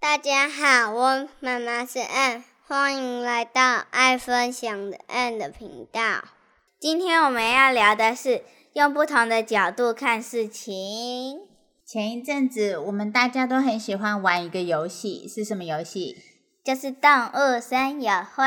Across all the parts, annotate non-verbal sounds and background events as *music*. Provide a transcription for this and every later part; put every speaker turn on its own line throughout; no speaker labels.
大家好，我妈妈是 N，欢迎来到爱分享的 N 的频道。今天我们要聊的是用不同的角度看事情。
前一阵子我们大家都很喜欢玩一个游戏，是什么游戏？
就是动物森友会，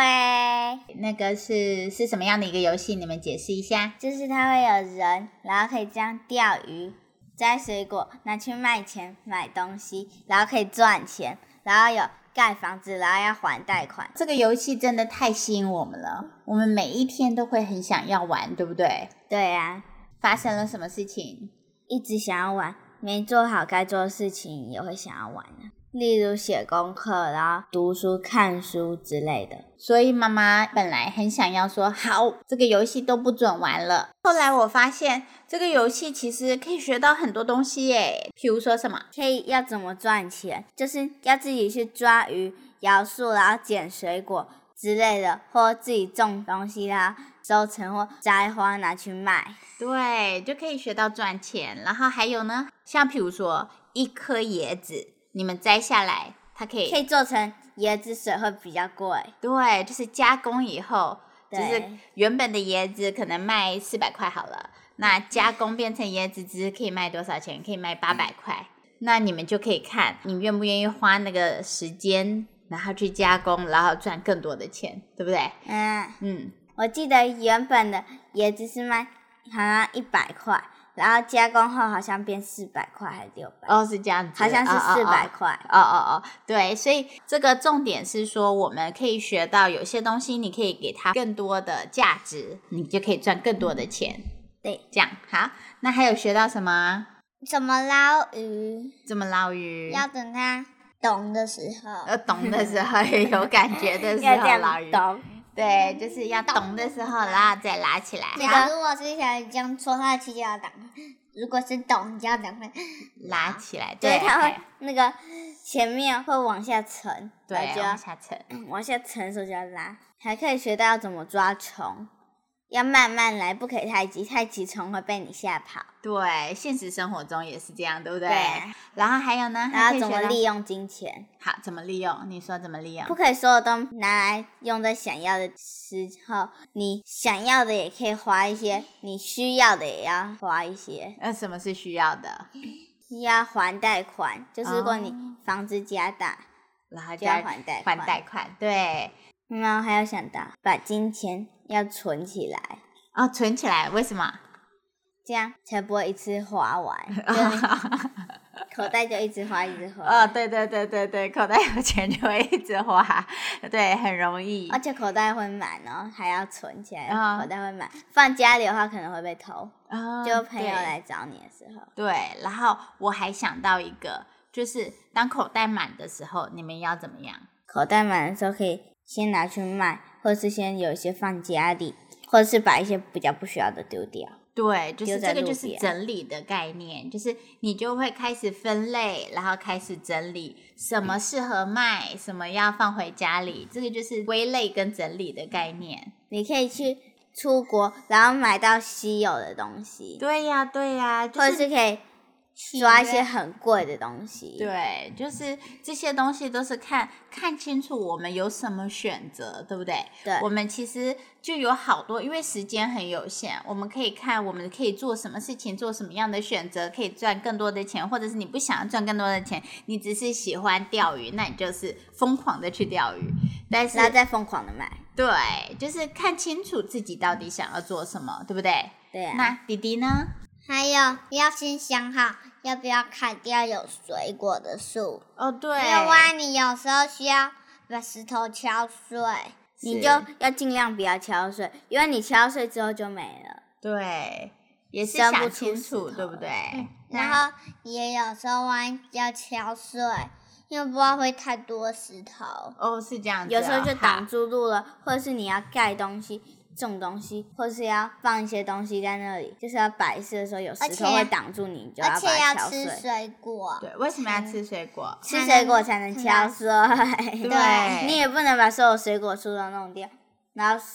那个是是什么样的一个游戏？你们解释一下。
就是它会有人，然后可以这样钓鱼、摘水果，拿去卖钱买东西，然后可以赚钱，然后有盖房子，然后要还贷款。
这个游戏真的太吸引我们了，我们每一天都会很想要玩，对不对？
对啊，
发生了什么事情？
一直想要玩，没做好该做的事情也会想要玩啊。例如写功课，然后读书、看书之类的。
所以妈妈本来很想要说好，这个游戏都不准玩了。后来我发现这个游戏其实可以学到很多东西耶，譬如说什么？
可以要怎么赚钱，就是要自己去抓鱼、摇树，然后捡水果之类的，或自己种东西啦，收成或摘花拿去卖。
对，就可以学到赚钱。然后还有呢，像譬如说一颗椰子，你们摘下来，它可以
可以做成椰子水会比较贵，
对，就是加工以后，就
对
是原本的椰子可能卖四百块好了，那加工变成椰子汁可以卖多少钱？可以卖八百块。那你们就可以看你愿不愿意花那个时间，然后去加工，然后赚更多的钱，对不对？
嗯，
嗯，
我记得原本的椰子是卖好像一百块，然后加工后好像变四百块还是六百、
哦，是这样子，
好像是
哦
四百。
哦哦
块。
哦哦哦，对，所以这个重点是说，我们可以学到有些东西，你可以给它更多的价值，你就可以赚更多的钱。
嗯对，
这样好。那还有学到什么？
怎么捞鱼？
怎么捞鱼？
要等它懂的时候，
要懂的时候，有感觉
*laughs*
的时
要这
候嗯捞
样
鱼。
懂。
对，就是要懂的时候，然后再拉起来。
假如我是小鱼这样戳下去就要打开，如果是懂就要打开，
拉起来，
就
对，
是它会那个前面会往下沉，然
对，
后就
往
要
下沉。
嗯往下沉的时候就要拉，还可以学到要怎么抓虫，要慢慢来，不可以太急，太急虫会被你吓跑。
对，现实生活中也是这样，对不对？
对
然后还有呢？还
然
可
后
以
怎么
学到
利用金钱，
好？怎么利用？你说怎么利用
不？可以所有都拿来用在想要的时候，你想要的也可以花一些，你需要的也要花一些。
那什么是需要的？
要还贷款，就是如果你
哦
房子加大。
然后
就要还贷款嗯
还贷款，对。
然后还要想到把金钱要存起来，
哦，存起来，为什么？
这样才不会一次花
*laughs*
完，就是口袋就一直花一直花，
哦，对对对对对，口袋有钱就会一直花，对，很容易。
而且口袋会满哦，还要存起来，
啊
口袋会满。放家里的话可能会被偷，
啊
就朋友
对
来找你的时候，
对，然后我还想到一个，就是当口袋满的时候，你们要怎么样？
口袋满的时候可以先拿去卖，或是先有一些放家里，或是把一些比较不需要的丢掉。
对，就
丢
是
在
这个
路
就是
边
整理的概念，就是你就会开始分类，然后开始整理什么适合卖，什么要放回家里，这个就是归类跟整理的概念。
你可以去出国，然后买到稀有的东西，
对呀、对呀、就
或者是
是
可以抓一些很贵的东西。，
对，就是这些东西都是看看清楚我们有什么选择，对不对？
对
我们其实就有好多，因为时间很有限，我们可以看我们可以做什么事情，做什么样的选择，可以赚更多的钱，或者是你不想要赚更多的钱，你只是喜欢钓鱼，那你就是疯狂的去钓鱼。但是
然后再疯狂的买。
对，就是看清楚自己到底想要做什么，对不对？
对啊，
那弟弟呢？
还有要先想好要不要砍掉有水果的树，
哦，对，
另外你有时候需要把石头敲碎，你
是
就要尽量不要敲碎，因为你敲碎之后就没了。
对，也是
生不出
想清
石
楚，对
头
不对？
然后也有时候弯要敲碎，因为不知道会太多石头。
哦，是这样子哦、
有
啊
时候就
好
挡住路了，或者是你要盖东西、种东西，或是要放一些东西在那里，就是要摆设的时候有石
而且
头会挡住你，你就
而
要
且
把它
要
敲
吃
碎。
水果，嗯
对，为什么要吃水果？
吃水果才能敲碎，*laughs*
对
你也不能把所有水果树都弄掉，然后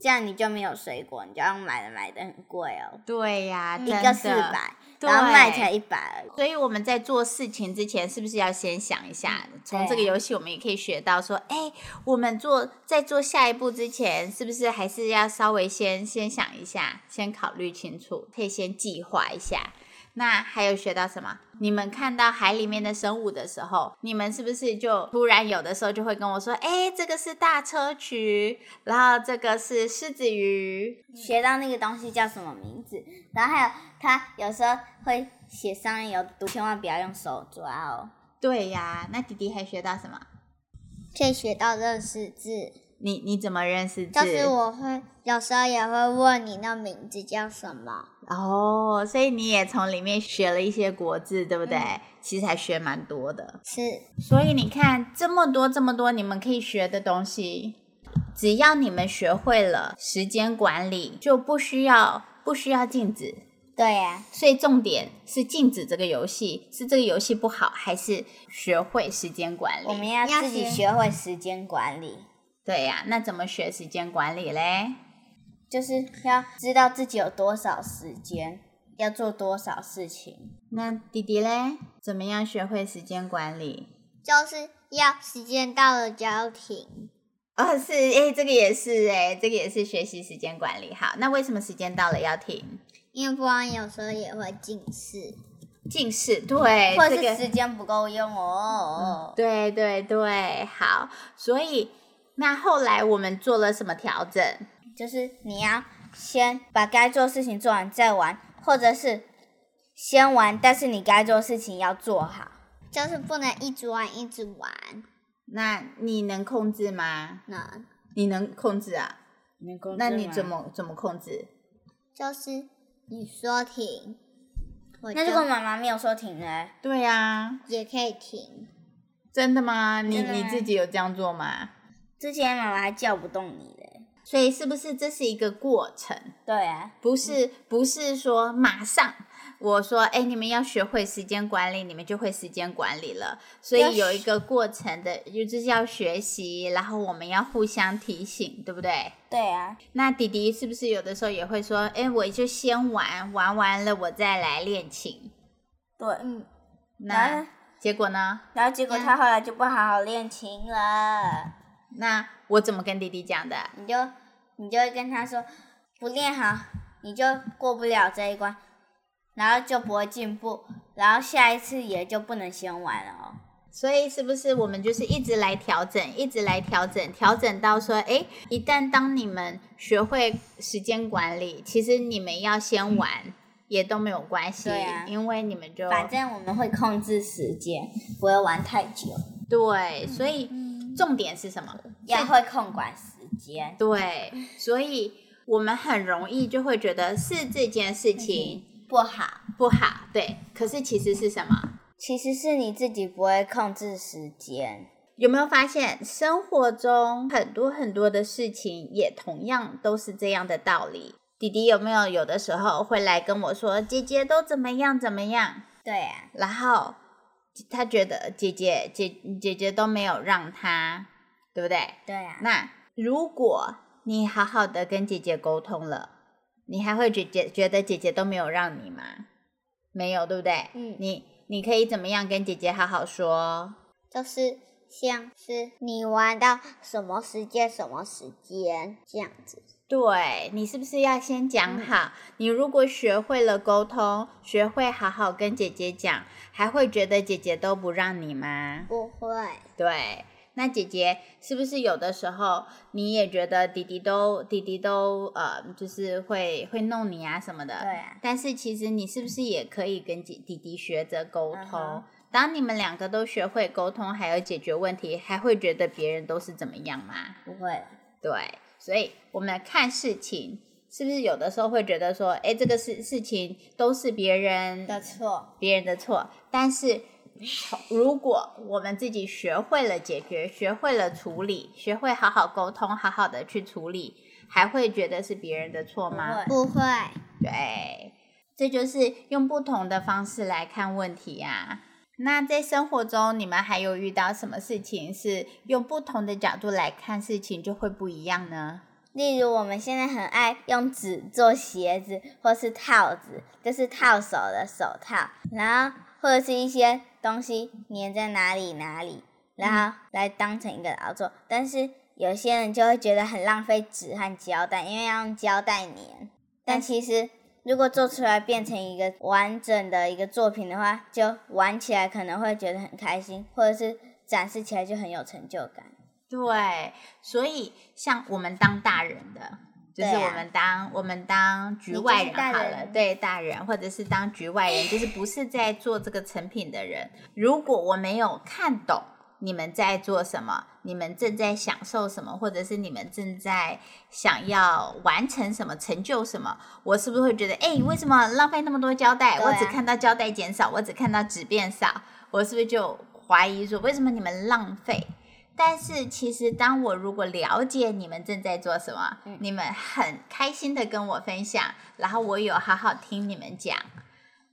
这样你就没有水果，你就要买的买的很贵哦，
对呀、
一
真
个
的
四百，
对
然后卖才一百而已。
所以我们在做事情之前，是不是要先想一下？从
对
这个
啊
游戏，我们也可以学到说，哎、我们做在做下一步之前，是不是还是要稍微先先想一下，先考虑清楚，可以先计划一下。那还有学到什么？你们看到海里面的生物的时候，你们是不是就突然有的时候就会跟我说，哎、这个是大砗磲，然后这个是狮子鱼，
嗯
学到那个东西叫什么名字，然后还有它有时候会写上面有毒，千万不要用手抓哦。
对呀、那弟弟还学到什么？
可以学到认识字，
你你怎么认识字？
就是我会有时候也会问你那名字叫什么。
哦，所以你也从里面学了一些国字，对不对？
嗯
其实还学蛮多的。
是，
所以你看，这么多这么多你们可以学的东西，只要你们学会了时间管理，就不需要不需要禁止。
对呀、
所以重点是禁止这个游戏，是这个游戏不好，还是学会时间管理？
我们要
要
自己
学
学会时间管理，
对呀、那怎么学时间管理嘞？
就是要知道自己有多少时间，要做多少事情。
那弟弟嘞，怎么样学会时间管理？
就是要时间到了就要停，
哦，是，哎、这个也是、哎，这个也是学习时间管理。好，那为什么时间到了要停？
因为不然有时候也会近视。
近视，对，
或者
这个
是哎时间不够用哦。
对对对，好，所以那后来我们做了什么调整？
就是你要先把该做事情做完再玩，或者是先玩，但是你该做事情要做好。
就是不能一直玩一直玩，
那你能控制吗？
那
你能控制啊？那你怎？么怎么控制？
就是你说停，我
那
就
如果妈妈没有说停呢？
对啊，
也可以停，
真的啊吗？你
真的
你
吗
自己有这样做吗？
之前妈妈还叫不动你嘞。
所以是不是这是一个过程？
对啊，
不是不是说马上，我说哎，你们要学会时间管理，你们就会时间管理了。所
要
以有一个过程的，就是要学习，然后我们要互相提醒，对不对？
对啊，
那弟弟是不是有的时候也会说，哎，我就先玩，玩完了我再来练琴。
对。
嗯，
那
啊
结果呢？
然后结果他后来就不好好练琴了，
那我怎么跟弟弟讲的？
你就你就会跟他说，不练好你就过不了这一关，然后就不会进步，然后下一次也就不能先玩了哦。
所以是不是我们就是一直来调整，一直来调整，调整到说，诶，一旦当你们学会时间管理，其实你们要先玩、也都没有关系，
对啊
因为你们
哦
就
反正我们会控制时间，不会玩太久，
对，所以重点是什么？
也会控管时间。
对，所以我们很容易就会觉得是这件事情
不好，
不好，对，可是其实是什么？
其实是你自己不会控制时间。
有没有发现生活中很多很多的事情也同样都是这样的道理？弟弟有没有有的时候会来跟我说姐姐都怎么样怎么样，
对啊，
然后他觉得姐姐姐姐姐都没有让他，对不对？
对啊，
那如果你好好的跟姐姐沟通了，你还会觉姐觉得姐姐都没有让你吗？没有，对不对？
嗯
你你可以怎么样跟姐姐好好说？
就是像是你玩到什么时间什么时间这样子，
对你是不是要先
嗯
讲好？你如果学会了沟通，学会好好跟姐姐讲，还会觉得姐姐都不让你吗？
不会，
对，那姐姐是不是有的时候你也觉得弟弟都弟弟都呃，就是会会弄你啊什么的？
对啊
但是其实你是不是也可以跟姐弟弟学着沟
嗯
通？
哼
当你们两个都学会沟通，还有解决问题，还会觉得别人都是怎么样吗？
不会。
对，所以我们看事情，是不是有的时候会觉得说，哎，这个事事情都是别人
的错，
别人的错，但是。如果我们自己学会了解决，学会了处理，学会好好沟通，好好的去处理，还会觉得是别人的错吗？
不会，
对，这就是用不同的方式来看问题呀、那在生活中，你们还有遇到什么事情是用不同的角度来看事情就会不一样呢？
例如，我们现在很爱用纸做鞋子，或是套子，就是套手的手套，然后或者是一些东西粘在哪里哪里，然后来当成一个劳作。但是有些人就会觉得很浪费纸和胶带，因为要用胶带粘。但其实，如果做出来变成一个完整的一个作品的话，就玩起来可能会觉得很开心，或者是展示起来就很有成就感。
对，所以像我们当大人的，就是
对啊
我们当、我们当局
你就
外
是
人
大
好了，
人
对大人或者是当局外人，就是不是在做这个成品的人。如果我没有看懂你们在做什么，你们正在享受什么，或者是你们正在想要完成什么、成就什么，我是不是会觉得，哎，为什么浪费那么多胶带？
对
我只
啊
看到胶带减少，我只看到纸变少，我是不是就怀疑说，为什么你们浪费？但是其实，当我如果了解你们正在做什么，
嗯
你们很开心的跟我分享，然后我有好好听你们讲，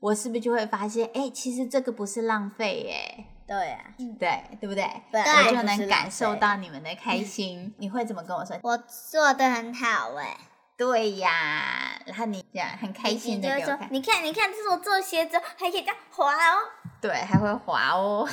我是不是就会发现，哎、其实这个不是浪费耶、
对啊，
对，对不对？
本来
我
不
就是
浪费
能感受到你们的开心。你会怎么跟我说？
我做的很好
欸
哎、
对呀，然后你这样很开心
你
的
就会
给
说
我看，，
你看，你看，这是我做鞋子，还可以这样滑
*laughs*
哦。
对，还会滑
*laughs*
哦。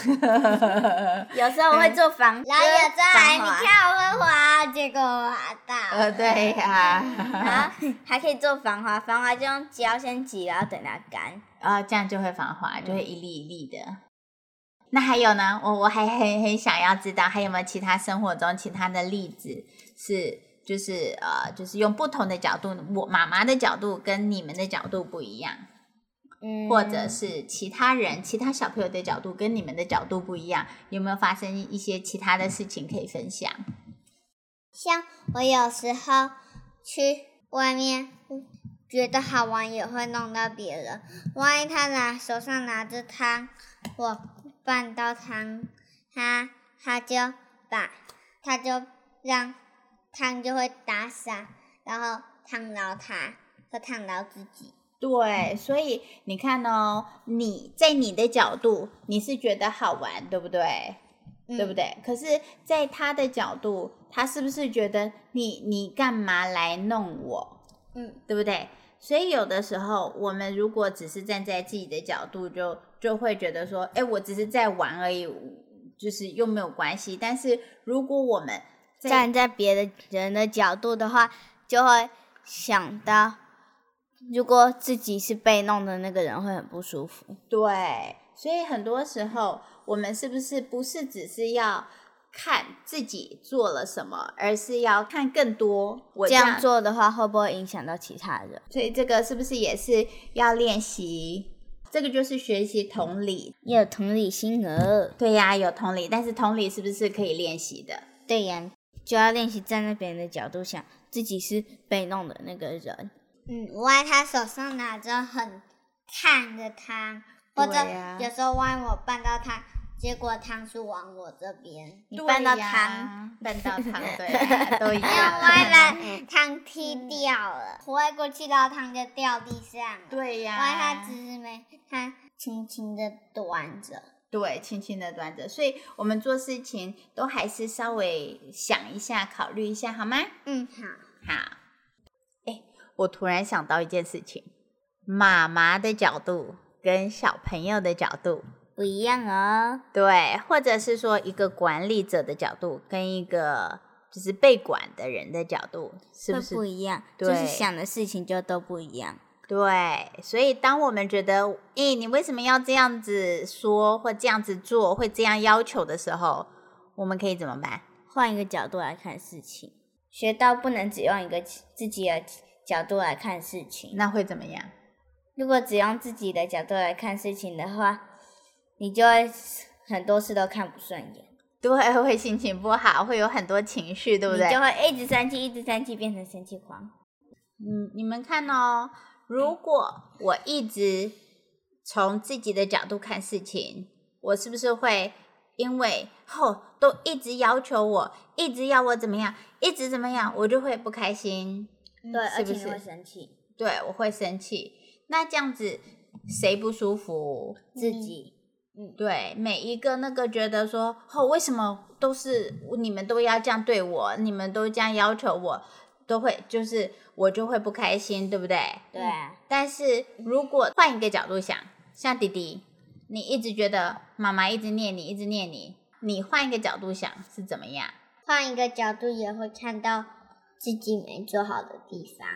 有时候我会做防，
嗯
然后有时候还
防滑
你看我会滑，结果我滑到
呃，
了，
对呀、
然后还可以做防滑，防滑就用胶先挤，然后等它干。
然哦后这样就会防滑，就会一粒一粒的。那还有呢？我我还很很想要知道，还有没有其他生活中其他的例子是，就是呃，就是用不同的角度，我妈妈的角度跟你们的角度不一样，
嗯，
或者是其他人、其他小朋友的角度跟你们的角度不一样，有没有发生一些其他的事情可以分享？
像我有时候去外面觉得好玩，也会弄到别人。万一他拿手上拿着汤，我拌到汤，他他就把他就让汤就会打洒，然后烫到他，和烫到自己。
对，所以你看哦，你在你的角度，你是觉得好玩，对不对？
嗯
对不对？可是，在他的角度，他是不是觉得你你干嘛来弄我？
嗯，
对不对？所以有的时候，我们如果只是站在自己的角度就，就会觉得说，哎，我只是在玩而已，就是又没有关系。但是如果我们在
站在别的人的角度的话，就会想到，如果自己是被弄的那个人，会很不舒服。
对，所以很多时候我们是不是不是只是要看自己做了什么，而是要看更多我
这样。做的话，会不会影响到其他人？
所以这个是不是也是要练习？这个就是学习同理，
也有同理心哦。
对呀、有同理，但是同理是不是可以练习的？
对呀，就要练习站在别人的角度想，自己是被弄的那个人。
嗯，万一他手上拿着很烫的汤，或者
对呀
有时候万一我拌到汤，结果汤是往我这边，
你
对
拌到
呀
汤，，
*laughs* 拌到汤，对呀、 *laughs* 都一
因为万一
样。
把汤踢掉了，回过去到汤就掉地上啊了。
对呀、
万一他只是没，他轻轻的端着，
对，轻轻的端着，所以我们做事情都还是稍微想一下、考虑一下，好吗？
嗯，好，
好，哎，我突然想到一件事情，妈妈的角度跟小朋友的角度，
不一样哦。
对，或者是说一个管理者的角度跟一个就是被管的人的角度，是
会
不是
不一样？就是
对
想的事情就都不一样。
对，所以当我们觉得，诶，你为什么要这样子说或这样子做，会这样要求的时候，我们可以怎么办？
换一个角度来看事情，学到不能只用一个自己的角度来看事情。
那会怎么样？
如果只用自己的角度来看事情的话，你就会很多事都看不顺眼，
对，会心情不好，会有很多情绪，对不对？
你就会一直生气，一直生气，变成生气狂。
嗯，你们看哦，如果我一直从自己的角度看事情，我是不是会因为哦都一直要求我，一直要我怎么样，一直怎么样，我就会不开心，
对，
嗯是不
而且你会
是？
生气，
对，我会生气。那这样子谁不舒服？
自己
对，每一个那个觉得说，哦，为什么都是你们都要这样对我，你们都这样要求我，都会就是我就会不开心，对不对？
对啊，
但是如果换一个角度想，像弟弟，你一直觉得妈妈一直念你，一直念你，你换一个角度想是怎么样？
换一个角度也会看到自己没做好的地方。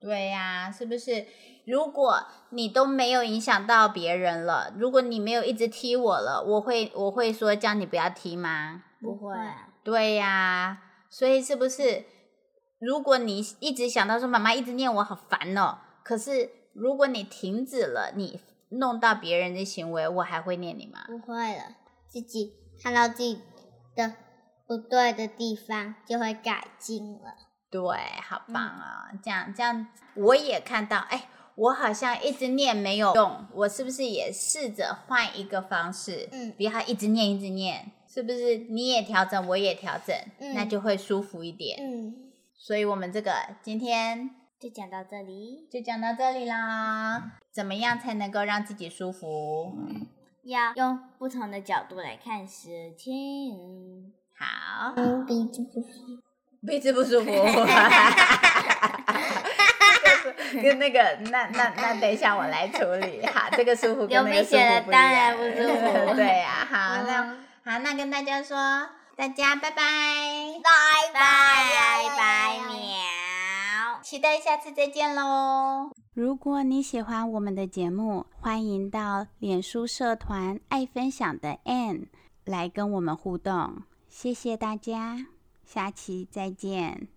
对呀、是不是？如果你都没有影响到别人了，如果你没有一直踢我了，我会我会说叫你不要踢吗？
不会啊，
对呀、所以是不是？如果你一直想到说妈妈一直念我好烦哦，可是如果你停止了，你弄到别人的行为，我还会念你吗？
不会了，自己看到自己的不对的地方就会改进了。
对，好棒
嗯
啊、这样这样，我也看到，哎，我好像一直念没有用，我是不是也试着换一个方式？
嗯
不要一直念一直念，是不是？你也调整，我也调整，那
嗯
就会舒服一点。
嗯，
所以我们这个今天
就讲到这里，
就讲到这里
嗯
啦。怎么样才能够让自己舒服？嗯
要用不同的角度来看事情。
好，
鼻子不
鼻子不舒 *laughs* 服。跟那个，那那那，等一下我来处 *laughs* 理。好，这个舒服跟
流
那个
鼻
舒
血了
服不一
当然
样
不舒服
对呀、好，那好，那跟大家说，大家拜拜，
拜拜拜
拜拜
喵。
期待下次再见喽。如果你喜欢我们的节目，欢迎到脸书社团“爱分享的 Ann” 来跟我们互动。谢谢大家，下期再见。